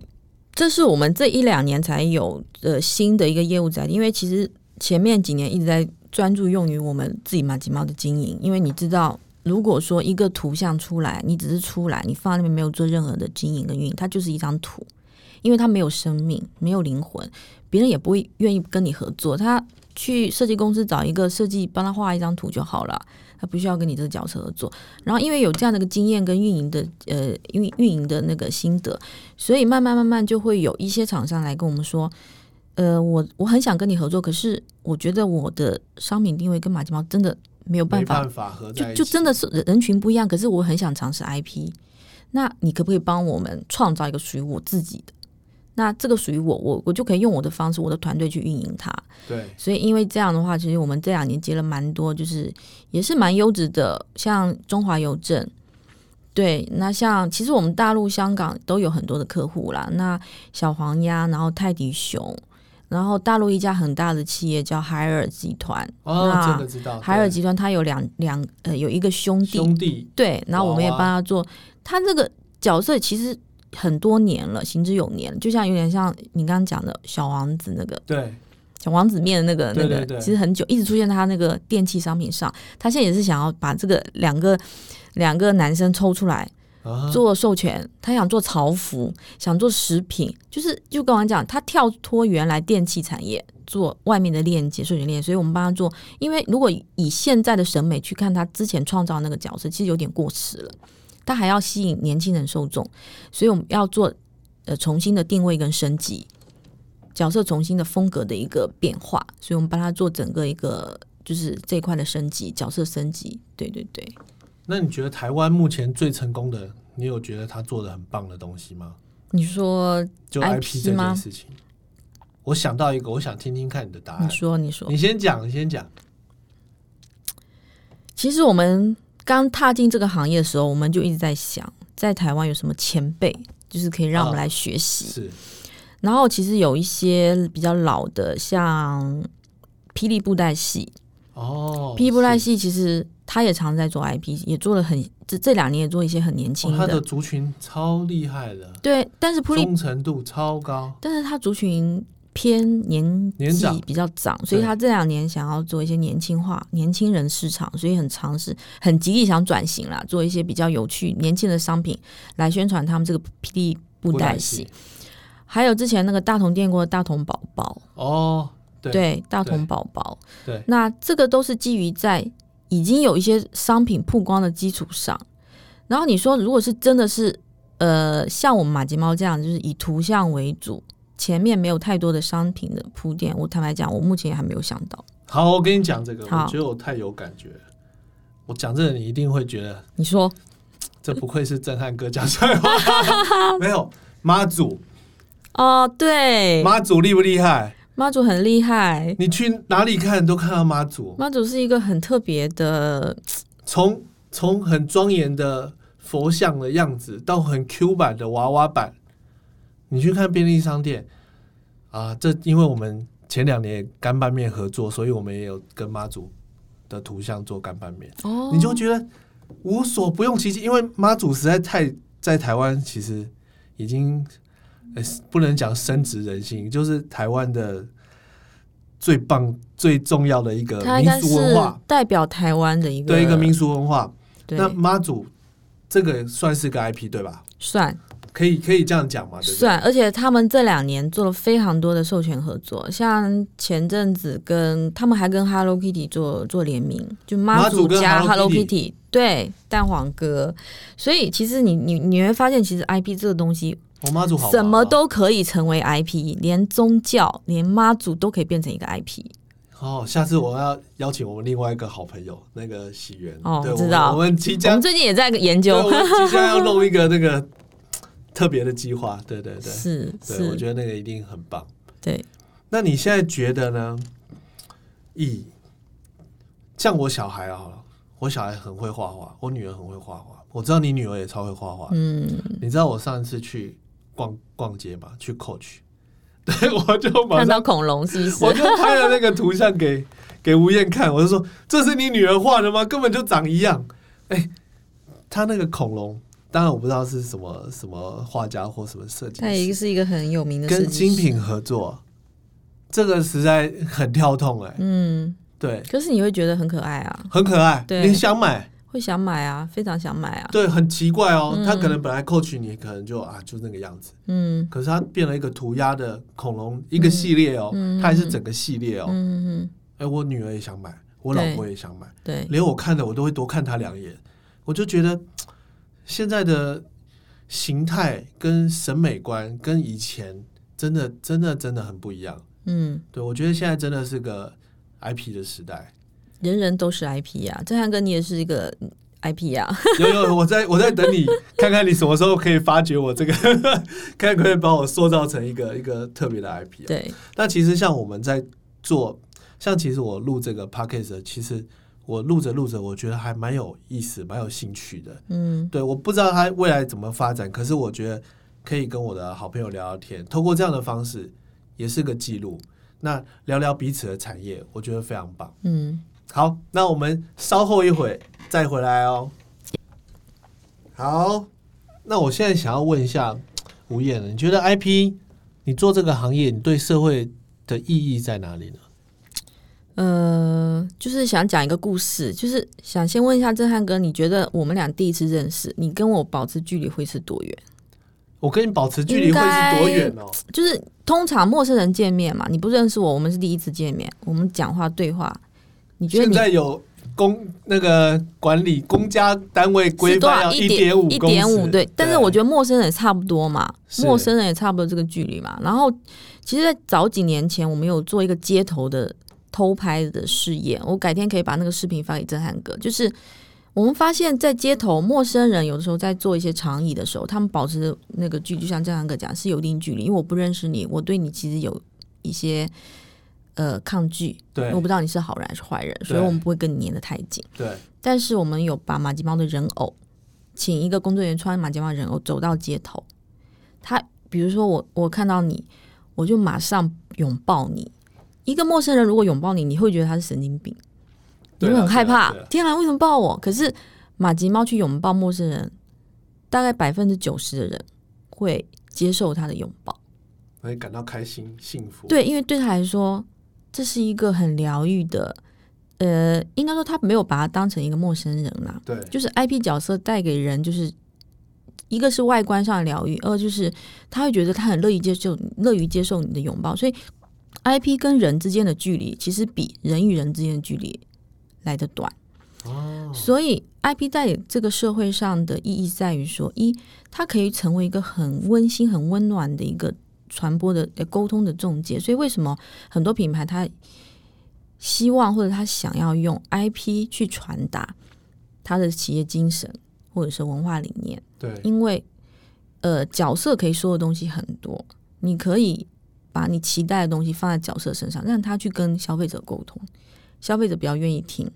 B: 这是我们这一两年才有呃新的一个业务载体，因为其实前面几年一直在专注用于我们自己马吉猫的经营，因为你知道。如果说一个图像出来，你只是出来，你放在那边没有做任何的经营跟运营，它就是一张图，因为它没有生命，没有灵魂，别人也不会愿意跟你合作。他去设计公司找一个设计帮他画一张图就好了，他不需要跟你这个角色合作。然后因为有这样的一个经验跟运营的呃运运营的那个心得，所以慢慢慢慢就会有一些厂商来跟我们说，呃，我我很想跟你合作，可是呃我觉得我的商品定位跟马吉猫真的没有办
A: 没
B: 法
A: 办法合在
B: 就
A: 一起，
B: 就真的是人人群不一样，可是我很想尝试 IP，那你可不可以帮我们创造一个属于我自己的？那这个属于我，我我就可以用我的方式，我的团队去运营它。
A: 对
B: 所以因为这样的话，其实我们这两年接了蛮多，就是也是蛮优质的，像中华邮政。对，那像其实我们大陆、香港都有很多的客户啦。那小黄鸭，然后泰迪熊，然后大陆一家很大的企业叫海尔集团。
A: 哦，
B: 那
A: 这个知道。
B: 海尔
A: 对
B: 集团它啊有两两呃有一个兄弟，
A: 兄弟，
B: 对，然后我们也
A: 娃
B: 帮
A: 娃
B: 他做。他这个角色其实很多年了，行之有年，就像有点像你刚刚讲的小王子那个
A: 对
B: 小王子面的那个
A: 对
B: 那
A: 对对
B: 个，其实很久一直出现在他那个电器商品上。他现在也是想要把这个两个两个男生抽出来
A: 啊，
B: 做授权，他想做潮服，想做食品，就是就跟我讲，他跳脱原来电器产业。做外面的链接，授权链接，所以我们帮他做。因为如果以现在的审美去看他之前创造的那个角色，其实有点过时了。他还要吸引年轻人受众，所以我们要做呃重新的定位跟升级，角色重新的风格的一个变化，所以我们帮他做整个一个就是这一块的升级，角色升级。对对对，
A: 那你觉得台湾目前最成功的，你有觉得他做的很棒的东西吗？
B: 你说，
A: 就
B: IP
A: IP 这
B: 吗
A: 件事情，我想到一个，我想听听看你的答
B: 你
A: 案。
B: 说，你说
A: 你，先讲，你先讲。
B: 其实我们刚踏进这个行业的时候，我们就一直在想，在台湾有什么前辈，就是可以让我们
A: 啊
B: 来学习。
A: 是
B: 然后其实有一些比较老的，像霹雳布袋戏，
A: 哦，
B: 霹雳布袋
A: 是
B: 戏其实他也常在做 IP，也做了很这这两年也做一些很年轻
A: 哦，他
B: 的，
A: 的族群超厉害的，
B: 对，但是霹雳，
A: 忠诚度超高。
B: 但是他族群偏年
A: 年
B: 纪
A: 长
B: 比较长，所以他这两年想要做一些年轻化、年轻人市场，所以很尝试、很极力想转型啦，做一些比较有趣、年轻的商品来宣传他们这个霹雳布袋戏。还有之前那个大同电锅的大同宝宝，
A: 哦，对
B: 对，大
A: 对
B: 同宝宝，
A: 对
B: 那这个都是基于在已经有一些商品曝光的基础上，然后你说如果是真的是呃像我们马吉猫这样，就是以图像为主，前面没有太多的商品的铺垫，我坦白讲，我目前也还没有想到。
A: 好，我跟你讲这个，
B: 好
A: 我觉得我太有感觉了。我讲这个，你一定会觉得
B: 你说
A: 这不愧是震撼哥讲出来的 话。没有妈祖，
B: 哦，对，
A: 妈祖厉不厉害？
B: 妈祖很厉害，
A: 你去哪里看都看到妈祖，
B: 妈祖是一个很特别的，
A: 从从很庄严的佛像的样子，到很 Q 版的娃娃版。你去看便利商店啊，这因为我们前两年干拌面合作，所以我们也有跟妈祖的图像做干拌面，
B: 哦，
A: 你就觉得无所不用其极，因为妈祖实在太在台湾其实已经、呃不能讲深植人心，就是台湾的最棒、最重要的一个
B: 它
A: 民
B: 应该
A: 俗
B: 是
A: 文化，
B: 代表台湾的一个
A: 对一个民俗文化。
B: 对
A: 那妈祖这个算是个 IP 对吧？
B: 算
A: 可以可以这样讲嘛？对不对？
B: 算，而且他们这两年做了非常多的授权合作，像前阵子跟他们还跟 Hello Kitty 做做联名，就
A: 妈
B: 妈
A: 祖
B: 祖
A: 跟
B: 加
A: Hello
B: Hello
A: Kitty
B: Kitty，对蛋黄哥，所以其实你你你会发现，其实 IP 这个东西
A: 我哦妈祖好玩啊
B: 什么
A: 吗
B: 都可以成为 IP，连宗教、连妈祖都可以变成一个 IP。
A: 哦。下次我要邀请我们另外一个好朋友，那个喜源
B: 哦
A: 对
B: 我知道
A: 我们即
B: 我
A: 将
B: 们最近也在研
A: 对，我
B: 究，
A: 们即将要弄一个那 个特别的计划，对对对，
B: 是
A: 对，我
B: 是，
A: 觉得那个一定很棒。
B: 对，
A: 那你现在觉得呢？以像我小孩好了，我小孩很会画画，我女儿很会画画，我知道你女儿也超会画画。
B: 嗯，
A: 你知道我上一次去逛逛街嘛，去 Coach，对我就马
B: 看
A: 上
B: 到恐龙是 不
A: 我
B: 是？
A: 就拍了那个图像给给吴燕看，我就说这是你女儿画的吗？根本就长一样。哎、她那个恐龙，当然我不知道是什么什么画家或什么设计
B: 它
A: 师，
B: 也是一个很有名的设
A: 跟
B: 计
A: 精
B: 师。
A: 品合作，这个实在很跳痛哎、
B: 嗯，
A: 对，
B: 可是你会觉得很可爱啊，
A: 很可爱，
B: 对
A: 你想买。
B: 会想买啊，非常想买啊。
A: 对，很奇怪哦，
B: 嗯
A: 他可能本来 coach 你，可能就啊就那个样子，
B: 嗯
A: 可是他变了一个涂鸦的恐龙，一个系列哦，
B: 嗯
A: 它还是整个系列哦。
B: 嗯嗯，
A: 哎，我女儿也想买，我老
B: 对
A: 婆也想买，
B: 对，
A: 连我看的我都会多看他两眼，我就觉得现在的形态跟审美观跟以前真的真的真的很不一样。
B: 嗯，
A: 对我觉得现在真的是个 IP 的时代。
B: 人人都是 IP 啊，郑汉哥你也是一个 IP 啊。
A: 有有，我在我在等你，看看你什么时候可以发掘我这个， 看可不可以把我塑造成一个一个特别的 IP 啊、
B: 对，
A: 那其实像我们在做，像其实我录这个 podcast，其实我录着录着，我觉得还蛮有意思，蛮有兴趣的。
B: 嗯
A: 对，我不知道它未来怎么发展，可是我觉得可以跟我的好朋友聊聊天，透过这样的方式也是个记录。那聊聊彼此的产业，我觉得非常棒。
B: 嗯，
A: 好，那我们稍后一会再回来哦。好，那我现在想要问一下吴燕，你觉得 IP 你做这个行业，你对社会的意义在哪里呢？
B: 呃，就是想讲一个故事，就是想先问一下郑汉哥，你觉得我们俩第一次认识，你跟我保持距离会是多远？
A: 我跟你保持距离会是多远哦？
B: 就是通常陌生人见面嘛，你不认识我，我们是第一次见面，我们讲话对话，你觉得
A: 现
B: 你
A: 在有公那个管理公家单位规
B: 是多
A: 范
B: 少
A: 要
B: 一
A: 点五
B: 一
A: 公
B: 点五
A: 尺，
B: 对，但是我觉得陌生人也差不多嘛，
A: 是
B: 陌生人也差不多这个距离嘛。然后其实，在早几年前，我们有做一个街头的偷拍的试验，我改天可以把那个视频发给震撼哥，就是。我们发现，在街头，陌生人有的时候在做一些长椅的时候，他们保持的那个距离，就像正涵哥讲，是有一定距离。因为我不认识你，我对你其实有一些呃抗拒，
A: 对
B: 我不知道你是好人还是坏人，所以
A: 对
B: 我们不会跟你粘得太紧。
A: 对
B: 但是我们有把马吉猫的人偶，请一个工作人员穿马吉猫人偶走到街头。他比如说我我看到你，我就马上拥抱你。一个陌生人如果拥抱你，你会觉得他是神经病，你
A: 对啊
B: 会很害怕
A: 对啊对啊。
B: 天啊，为什么抱我？可是马吉猫去拥抱陌生人，大概百分之九十的人会接受他的拥抱。
A: 会感到开心幸福。
B: 对，因为对他来说，这是一个很疗愈的。呃，应该说他没有把他当成一个陌生人啦、
A: 对
B: 就是 IP 角色带给人，就是一个是外观上的疗愈，二就是他会觉得他很乐意接受，乐于接受你的拥抱。所以 IP 跟人之间的距离，其实比人与人之间的距离来得短。
A: 哦，
B: 所以 IP 在这个社会上的意义在于说，一，它可以成为一个很温馨、很温暖的一个传播的呃沟通的中介。所以为什么很多品牌它希望或者它想要用 IP 去传达它的企业精神或者是文化理念？
A: 对
B: 因为呃，角色可以说的东西很多，你可以把你期待的东西放在角色身上，让他去跟消费者沟通，消费者比较愿意听。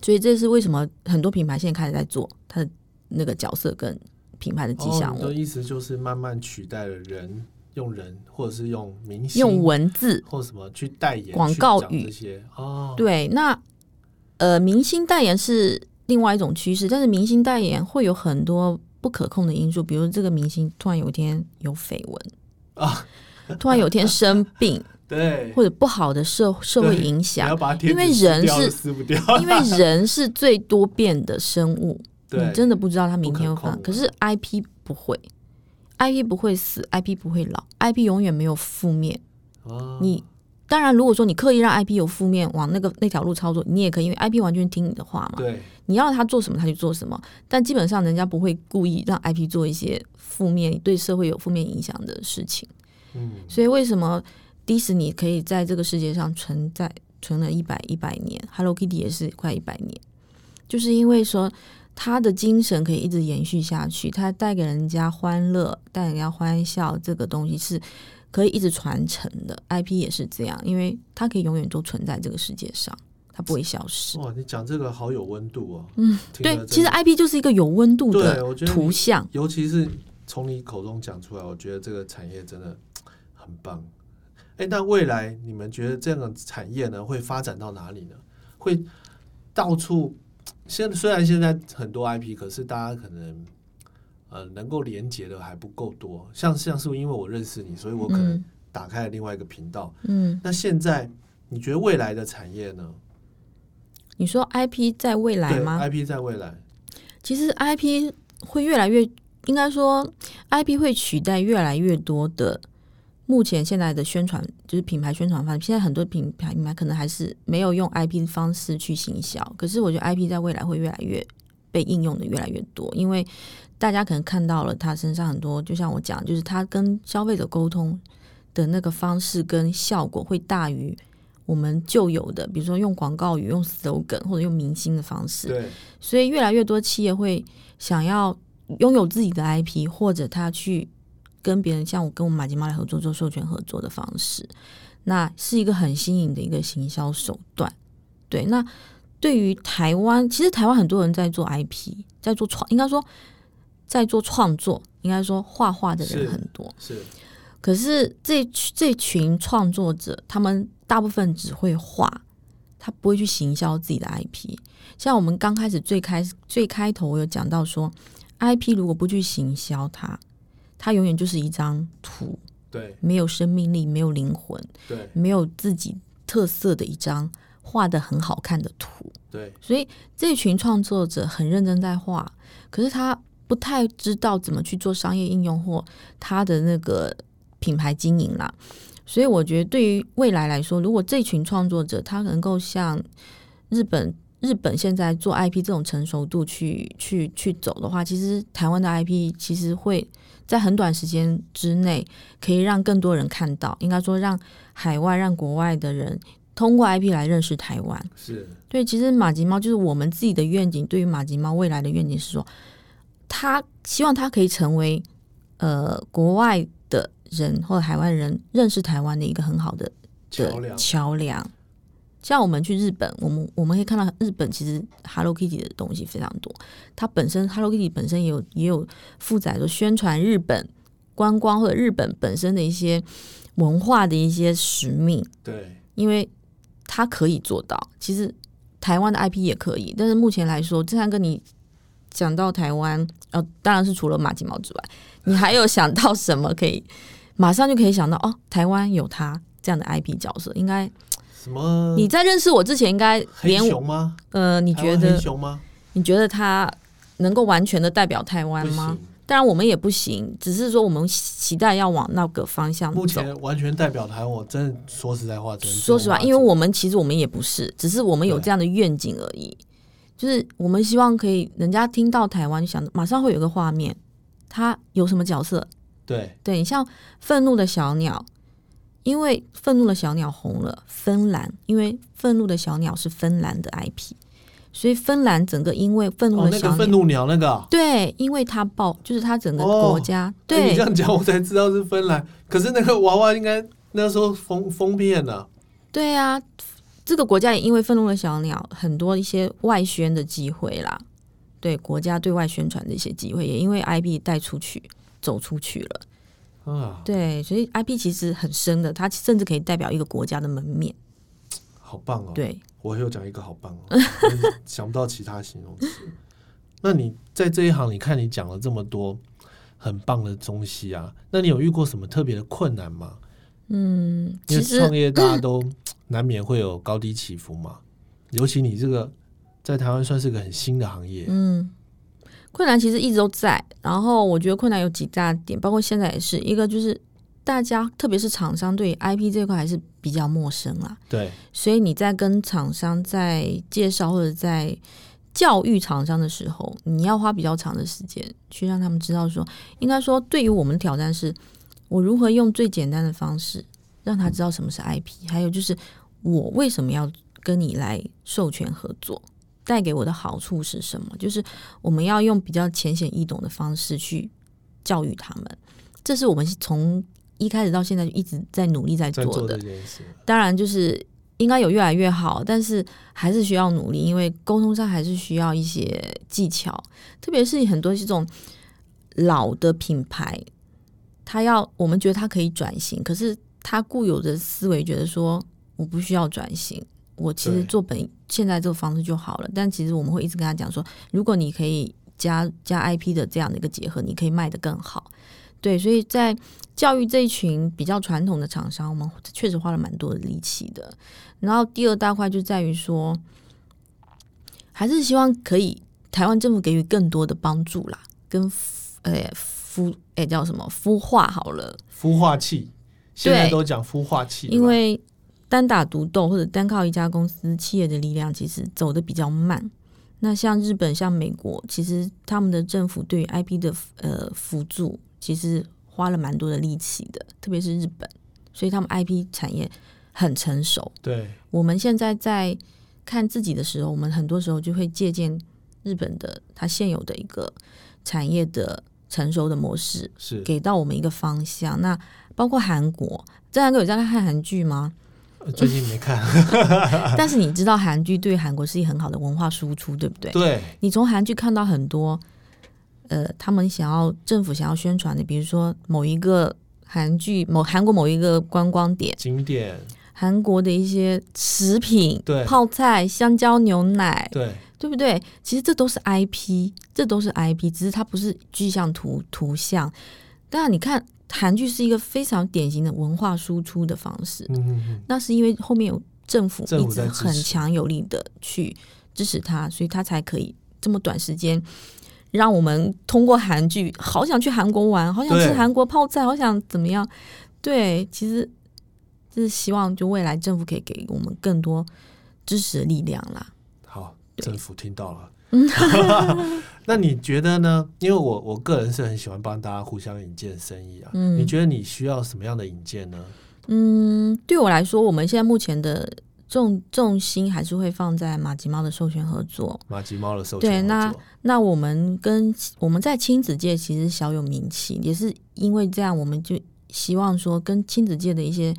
B: 所以这是为什么很多品牌现在开始在做它的那个角色跟品牌的吉
A: 哦，
B: 祥
A: 你
B: 物，
A: 的意思就是慢慢取代了人，用人或者是用明星
B: 用文字
A: 或什么去代言
B: 广告
A: 去讲
B: 语
A: 这些哦，
B: 对，那呃，明星代言是另外一种趋势，但是明星代言会有很多不可控的因素，比如这个明星突然有一天有绯闻
A: 啊，
B: 突然有一天生病，
A: 对，
B: 或者不好的社社会影
A: 你
B: 响
A: 要，把贴纸
B: 因为人
A: 撕掉
B: 是
A: 就撕不掉，
B: 因为人是最多变的生物，
A: 对
B: 你，真的不知道他明天会发生。
A: 不可
B: 可
A: 控
B: 是 IP 不会，IP 不会死，IP 不会老，IP 永远没有负面。
A: 哦
B: 你当然，如果说你刻意让 IP 有负面，往那个那条路操作，你也可以，因为 IP 完全听你的话嘛。
A: 对
B: 你要他做什么，他就做什么。但基本上，人家不会故意让 IP 做一些负面、对社会有负面影响的事情。
A: 嗯
B: 所以为什么迪士尼可以在这个世界上存在存了一百一百年，Hello Kitty 也是快一百年，就是因为说它的精神可以一直延续下去，它带给人家欢乐，带给人家欢笑，这个东西是可以一直传承的。IP 也是这样，因为它可以永远都存在这个世界上。它不会消失。
A: 哇，你讲这个好有温度哦。
B: 嗯，
A: 听了真，
B: 对
A: 的
B: 其实 IP 就是一个有温度
A: 对我
B: 的
A: 觉得
B: 图像，
A: 尤其是从你口中讲出来，我觉得这个产业真的很棒。哎，那未来你们觉得这样的产业呢，会发展到哪里呢？会到处现虽然现在很多 IP，可是大家可能呃能够连接的还不够多。像像是因为我认识你，所以我可能
B: 嗯
A: 打开了另外一个频道。
B: 嗯，
A: 那现在你觉得未来的产业呢？
B: 你说 IP 在未来
A: 对
B: 吗？
A: ，IP 在未来，
B: 其实 IP 会越来越，应该说 IP 会取代越来越多的目前现在的宣传，就是品牌宣传方式。现在很多品牌品牌可能还是没有用 IP 的方式去行销，可是我觉得 IP 在未来会越来越被应用的越来越多，因为大家可能看到了他身上很多，就像我讲，就是他跟消费者沟通的那个方式跟效果会大于。我们旧有的，比如说用广告语、用 slogan 或者用明星的方式，
A: 对，
B: 所以越来越多企业会想要拥有自己的 IP，或者他去跟别人，像我跟我们马吉妈来合作做授权合作的方式，那是一个很新颖的一个行销手段。对，那对于台湾，其实台湾很多人在做 IP，在做创，应该说在做创作，应该说画画的
A: 是
B: 人很多，
A: 是
B: 可是这这群创作者，他们大部分只会画，他不会去行销自己的 IP。像我们刚开始最开最开头，我有讲到说，IP 如果不去行销它，它永远就是一张图，
A: 对
B: 没有生命力，没有灵魂，
A: 对
B: 没有自己特色的一张画的很好看的图。
A: 对，
B: 所以这群创作者很认真在画，可是他不太知道怎么去做商业应用或他的那个品牌经营啦。所以我觉得，对于未来来说，如果这群创作者他能够像日本日本现在做 IP 这种成熟度去去去走的话，其实台湾的 IP 其实会在很短时间之内可以让更多人看到，应该说让海外、让国外的人通过 IP 来认识台湾。
A: 是
B: 对，其实马吉猫就是我们自己的愿景。对于马吉猫未来的愿景是说，他希望他可以成为呃国外的人或者海外人认识台湾的一个很好的的
A: 桥梁。
B: 桥梁。像我们去日本，我们我们可以看到日本其实 Hello Kitty 的东西非常多，它本身 Hello Kitty 本身也有也有负载着宣传日本观光或者日本本身的一些文化的一些使命。
A: 对，
B: 因为它可以做到。其实台湾的 IP 也可以，但是目前来说，正像跟你讲到台湾，呃，当然是除了马吉毛之外，你还有想到什么可以马上就可以想到哦？台湾有它这样的 IP 角色，应该
A: 什么？
B: 你在认识我之前，应该
A: 黑
B: 连我
A: 熊吗？
B: 呃，你
A: 你黑
B: 觉得
A: 熊吗？
B: 你觉得它能够完全的代表台湾
A: 不
B: 吗
A: 行？，
B: 当然我们也不行，只是说我们期待要往那个方向
A: 目
B: 走。
A: 前完全代表台湾。我真的说实在话，真的
B: 说实话，因为我们其实我们也不是，只是我们有
A: 啊对
B: 这样的愿景而已。就是我们希望可以，人家听到台湾，想马上会有个画面，他有什么角色？
A: 对
B: 对你像愤怒的小鸟，因为愤怒的小鸟红了芬兰，因为愤怒的小鸟是芬兰的 IP，所以芬兰整个因为愤怒
A: 哦，
B: 的
A: 那
B: 小
A: 个
B: 鸟，
A: 愤怒鸟那个啊，
B: 对，因为它爆，就是它整个
A: 哦
B: 国家、
A: 哎你
B: 对
A: 这样讲我才知道是芬兰。可是那个娃娃应该那时候封封片了，
B: 对啊，这个国家也因为愤怒的小鸟，很多一些外宣的机会啦，对国家对外宣传的一些机会，也因为 IP 带出去走出去了。
A: 啊，
B: 对，所以 IP 其实很深的，它甚至可以代表一个国家的门面。
A: 好棒哦！
B: 对，
A: 我又讲一个好棒哦，我 想不到其他形容词。那你在这一行，你看你讲了这么多很棒的东西啊，那你有遇过什么特别的困难吗？
B: 嗯，
A: 因
B: 其
A: 为
B: 实
A: 创业大家都 难免会有高低起伏嘛，尤其你这个在台湾算是个很新的行业，
B: 嗯，困难其实一直都在。然后我觉得困难有几大点，包括现在也是一个就是大家，特别是厂商对于 IP 这块还是比较陌生啦。
A: 对
B: 所以你在跟厂商在介绍或者在教育厂商的时候，你要花比较长的时间去让他们知道说，应该说对于我们的挑战是，我如何用最简单的方式让他知道什么是 IP，还有就是我为什么要跟你来授权合作。带给我的好处是什么？就是我们要用比较浅显易懂的方式去教育他们，这是我们从一开始到现在一直在努力在
A: 在
B: 做
A: 做
B: 的
A: 这。件事，
B: 当然就是应该有越来越好，但是还是需要努力，因为沟通上还是需要一些技巧，特别是很多这种老的品牌，它要我们觉得它可以转型，可是它固有的思维觉得说我不需要转型，我其实
A: 对
B: 做本现在这个方式就好了。但其实我们会一直跟他讲说，如果你可以加加 IP 的这样的一个结合，你可以卖得更好。对，所以在教育这一群比较传统的厂商，我们确实花了蛮多的力气的。然后第二大块就在于说，还是希望可以台湾政府给予更多的帮助啦，跟孵呃孵呃叫什么孵化好了，
A: 孵化器，现在都讲孵化器了吧，
B: 因为单打独斗或者单靠一家公司企业的力量，其实走的比较慢。那像日本、像美国，其实他们的政府对于 IP 的呃辅助，其实花了蛮多的力气的，特别是日本，所以他们 IP 产业很成熟。
A: 对
B: 我们现在在看自己的时候，我们很多时候就会借鉴日本的它现有的一个产业的成熟的模式，
A: 是
B: 给到我们一个方向。那包括韩国，这韩国有在看韩剧吗？
A: 呃最近没看，
B: 但是你知道韩剧对韩国是一个很好的文化输出， 对不对？
A: 对
B: 你从韩剧看到很多，呃，他们想要政府想要宣传的，比如说某一个韩剧、某韩国某一个观光点。
A: 景点，
B: 韩国的一些食品，
A: 对
B: 泡菜、香蕉、牛奶，
A: 对
B: 对不对？其实这都是 IP，这都是 IP，只是它不是具象图图像。当然，你看韩剧是一个非常典型的文化输出的方式，
A: 嗯嗯嗯，
B: 那是因为后面有政府
A: 政
B: 一
A: 府
B: 直
A: 在支持
B: 很强有力的去支持它，所以它才可以这么短时间。让我们通过韩剧，好想去韩国玩，好想吃
A: 对
B: 韩国泡菜，好想怎么样？对，其实就是希望，就未来政府可以给我们更多支持的力量啦。
A: 好，
B: 对嗯
A: 政府听到了。 那你觉得呢？因为我我个人是很喜欢帮大家互相引荐生意啊。
B: 嗯
A: 你觉得你需要什么样的引荐呢？
B: 嗯，对我来说，我们现在目前的重重心还是会放在马吉猫的授权合作。
A: 马吉猫的授
B: 对
A: 权
B: 那
A: 合作，
B: 那我们跟我们在亲子界其实小有名气，也是因为这样，我们就希望说跟亲子界的一些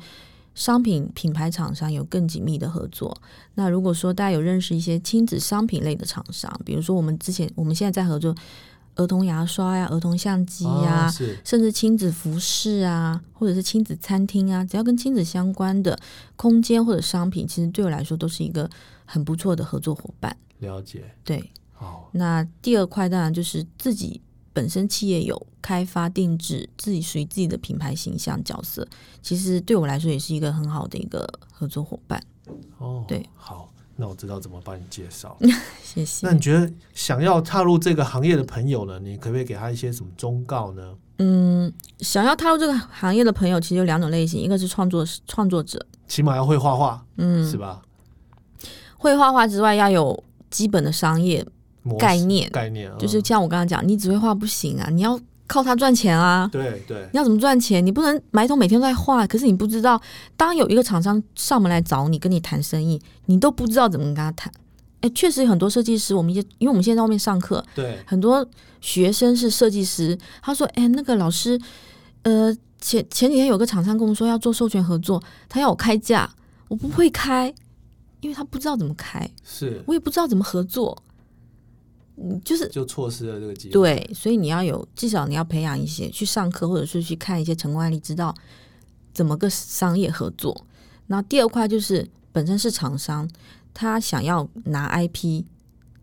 B: 商品品牌厂商有更紧密的合作。那如果说大家有认识一些亲子商品类的厂商，比如说我们之前我们现在在合作儿童牙刷呀、儿童相机呀、
A: 哦是
B: 甚至亲子服饰啊，或者是亲子餐厅啊，只要跟亲子相关的空间或者商品，其实对我来说都是一个很不错的合作伙伴。
A: 了解。
B: 对，
A: 好，
B: 那第二块当然就是自己本身企业有开发定制自己属于自己的品牌形象角色，其实对我来说也是一个很好的一个合作伙伴。
A: 哦，
B: 对，
A: 好，那我知道怎么帮你介 绍。
B: 谢谢
A: 那。你觉得想要踏入这个行业的朋友呢，你可不可以给他一些什么忠告呢？
B: 嗯，想要踏入这个行业的朋友，其实有两种类型，一个是创作创作者，
A: 起码要会画画，
B: 嗯，
A: 是吧？
B: 会画画之外要有基本的商业
A: 模式
B: 概念，
A: 概念嗯
B: 就是像我刚刚讲，你只会画不行啊，你要靠它赚钱啊。
A: 对对
B: 你要怎么赚钱？你不能埋头每天都在画，可是你不知道，当有一个厂商上门来找你跟你谈生意，你都不知道怎么跟他谈。哎，确实很多设计师，我们一些因为我们现在在外面上课，
A: 对，
B: 很多学生是设计师，他说：“哎，那个老师，呃，前前几天有个厂商跟我们说要做授权合作，他要我开价，我不会开，因为他不知道怎么开，
A: 是
B: 我也不知道怎么合作，嗯，就是
A: 就错失了这个机会。
B: 对，所以你要有，至少你要培养一些去上课，或者是去看一些成功案例，知道怎么个商业合作。然后第二块就是本身是厂商，他想要拿 IP，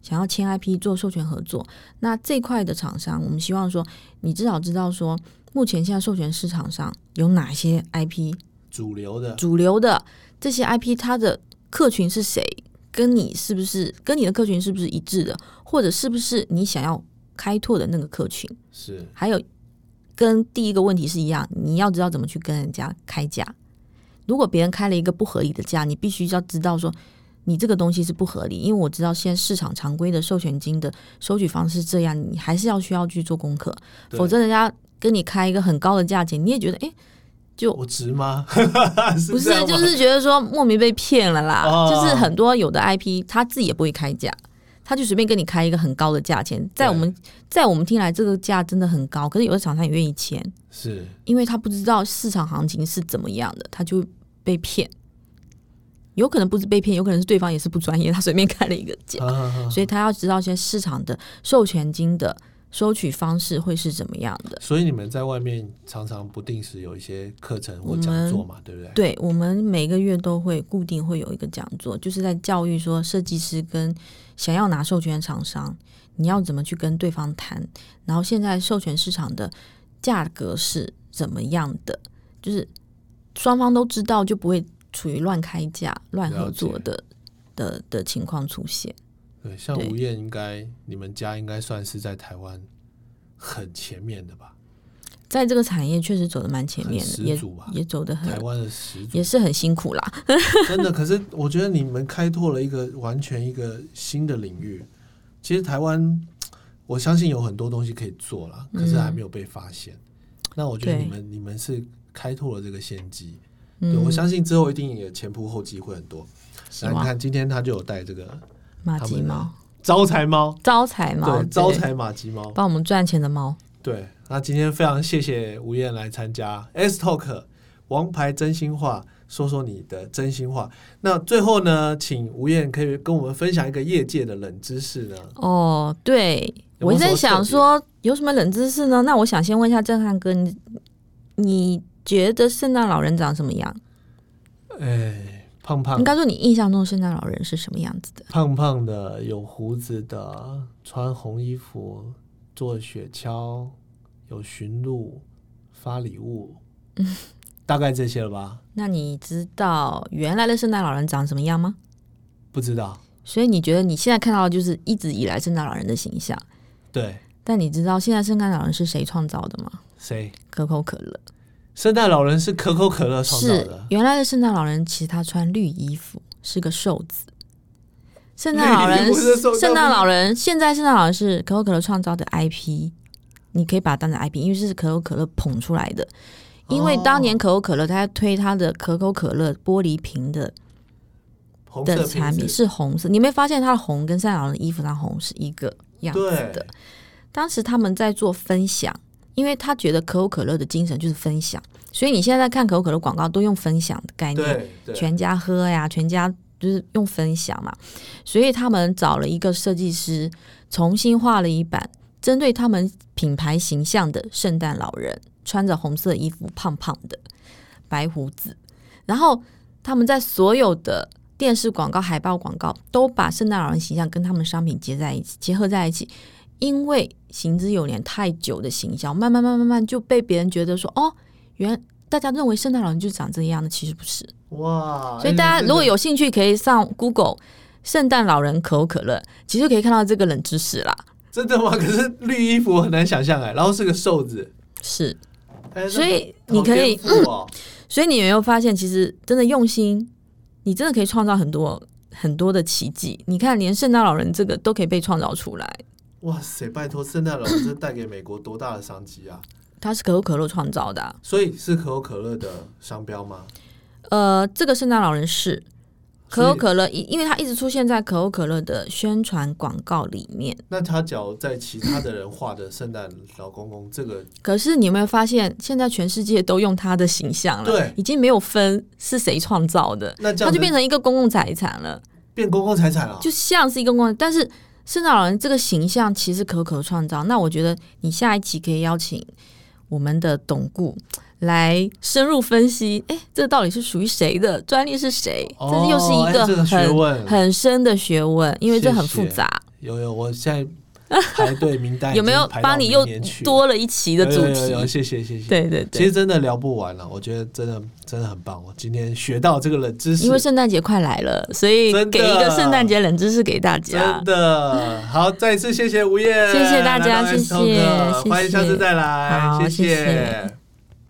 B: 想要签 IP 做授权合作，那这块的厂商，我们希望说你至少知道说，目前现在授权市场上有哪些 IP
A: 主流的
B: 主流的这些 IP，它的客群是谁？跟你是不是跟你的客群是不是一致的？或者是不是你想要开拓的那个客群？
A: 是
B: 还有跟第一个问题是一样，你要知道怎么去跟人家开价。如果别人开了一个不合理的价，你必须要知道说你这个东西是不合理，因为我知道现在市场常规的授权金的收取方式是这样，你还是要需要去做功课，
A: 对
B: 否则人家跟你开一个很高的价钱，你也觉得哎、诶就
A: 我值吗？
B: 不
A: 不
B: 是，就是觉得说莫名被骗了啦。
A: 哦
B: 就是很多有的 IP 他自己也不会开价，他就随便跟你开一个很高的价钱，在我们在我们听来这个价真的很高，可是有的厂商也愿意签，
A: 是
B: 因为他不知道市场行情是怎么样的，他就被骗。有可能不是被骗，有可能是对方也是不专业，他随便开了一个价，
A: 啊啊啊
B: 所以他要知道现在市场的授权金的收取方式会是怎么样的。
A: 所以你们在外面常常不定时有一些课程或讲座
B: 嗯
A: 嘛，对不对？
B: 对我们每个月都会固定会有一个讲座，就是在教育说设计师跟想要拿授权厂商，你要怎么去跟对方谈，然后现在授权市场的价格是怎么样的，就是双方都知道，就不会处于乱开价、乱合作的的的情况出现。
A: 对，像
B: 对
A: 吴燕应该，你们家应该算是在台湾很前面的吧，
B: 在这个产业确实走的蛮前面的，
A: 很
B: 也
A: 十足吧
B: 也走的
A: 台
B: 很，
A: 湾的始祖
B: 也。是很辛苦啦。
A: 真的，可是我觉得你们开拓了一个完全一个新的领域。其实台湾，我相信有很多东西可以做啦，可是还没有被发现。那我觉得
B: 嗯对
A: 你们你们是开拓了这个先机，对
B: 嗯
A: 我，相信之后一定也前仆后继会很多。
B: 希
A: 来你
B: 望
A: 看，今天他就有带这个
B: 马
A: 他
B: 吉
A: 们的
B: 猫
A: 招财猫，
B: 招财猫，
A: 对，招财马吉猫，
B: 帮我们赚钱的猫。
A: 对。那今天非常谢谢吴燕来参加 S Talk 王牌真心话，说说你的真心话。那最后呢，请吴燕可以跟我们分享一个业界的冷知识呢？
B: 哦，对，
A: 有没有
B: 我
A: 什
B: 在
A: 么特
B: 想
A: 别
B: 说有什么冷知识呢？那我想先问一下震撼哥，你你觉得圣诞老人长什么样？
A: 哎，胖
B: 应
A: 胖
B: 该说你印象中圣诞老人是什么样子的？
A: 胖胖的，有胡子的，穿红衣服，做雪橇，有驯鹿，发礼 物，大概这些了吧？
B: 那你知道原来的圣诞老人长什么样吗？
A: 不知道，
B: 所以你觉得你现在看到的就是一直以来圣诞老人的形象，
A: 对，
B: 但你知道现在圣诞老人是谁创造的吗？
A: 谁？
B: 可口可乐
A: 圣诞老人是可口可乐创造
B: 是
A: 的。
B: 原来的圣诞老人，其实他穿绿衣服，是个瘦子。圣诞老
A: 绿衣
B: 人
A: 服是瘦，子
B: 圣诞老人，现在圣诞老人是可口可乐创造的 IP，你可以把它当成 IP，因为是可口可乐捧出来的。因为当
A: 哦
B: 年可口可乐，它在推它的可口可乐玻璃瓶的
A: 红色
B: 的
A: 瓶
B: 产
A: 子
B: 品是红色，你没发现它的红跟圣诞老人的衣服上红是一个样子的
A: 对。
B: 当时他们在做分享，因为他觉得可口可乐的精神就是分享，所以你现在在看可口可乐广告都用分享的概念，
A: 对对，
B: 全家喝呀，全家就是用分享嘛。所以他们找了一个设计师，重新画了一版针对他们品牌形象的圣诞老人，穿着红色衣服，胖胖的，白胡子。然后他们在所有的电视广告、海报广告都把圣诞老人形象跟他们商品结在一起，结合在一起。因为行之有年太久的行销，慢慢慢慢慢慢就被别人觉得说，哦，原大家认为圣诞老人就长这样的，其实不是。
A: 哇！
B: 所以大
A: 哎
B: 家如果
A: 真的
B: 有兴趣，可以上 Google 圣诞老人可口可乐，其实可以看到这个冷知识啦。
A: 真的吗？ 可是绿衣服我很难想象哎，然后是个瘦子，
B: 是，
A: 哎
B: 所以
A: 那好
B: 你可以
A: 颠覆 哦
B: 所以你有没有发现，其实真的用心，你真的可以创造很多很多的奇迹。你看，连圣诞老人这个都可以被创造出来，
A: 哇塞！拜托，圣诞老人这带给美国多大的商机啊！
B: 它是可口可乐创造的啊、
A: 所以是可口可乐的商标吗？
B: 呃，这个圣诞老人是可
A: 所
B: 口
A: 以
B: 可乐，因因为它一直出现在可口可乐的宣传广告里面。
A: 那他脚在其他的人画的圣诞老公公，这个
B: 可是你有没有发现，现在全世界都用它的形象了，
A: 对
B: 已经没有分是谁创造的，
A: 那这
B: 它
A: 样子
B: 就
A: 哦
B: 变成一个公共财产了，
A: 变公共财产啊了，
B: 就像是一个公共。但是圣诞老人这个形象其实可可创造，那我觉得你下一期可以邀请我们的董顾来深入分析，哎，这到底是属于谁的专利是谁？
A: 哦
B: 这又是一
A: 哎这个学
B: 很、
A: 问
B: 很深的学问，因为这很复杂。
A: 有有，我现在排 队名单
B: 有没有
A: 哎已经排到
B: 帮你又
A: 明年去了
B: 多了一期的主
A: 有有
B: 题？
A: 有有谢谢谢谢。
B: 对对
A: 其
B: 对
A: 实，真的聊不完了，我觉得真的真的很棒。我今天学到这个冷知识，
B: 因为圣诞节快来了，所以
A: 真的
B: 给一个圣诞节冷知识给大家
A: 真。的好，再一次谢谢吴燕，
B: 谢谢大家
A: 来到
B: 谢谢
A: S Talk，
B: 谢谢
A: 欢迎下次再来，
B: 好谢
A: 谢
B: 谢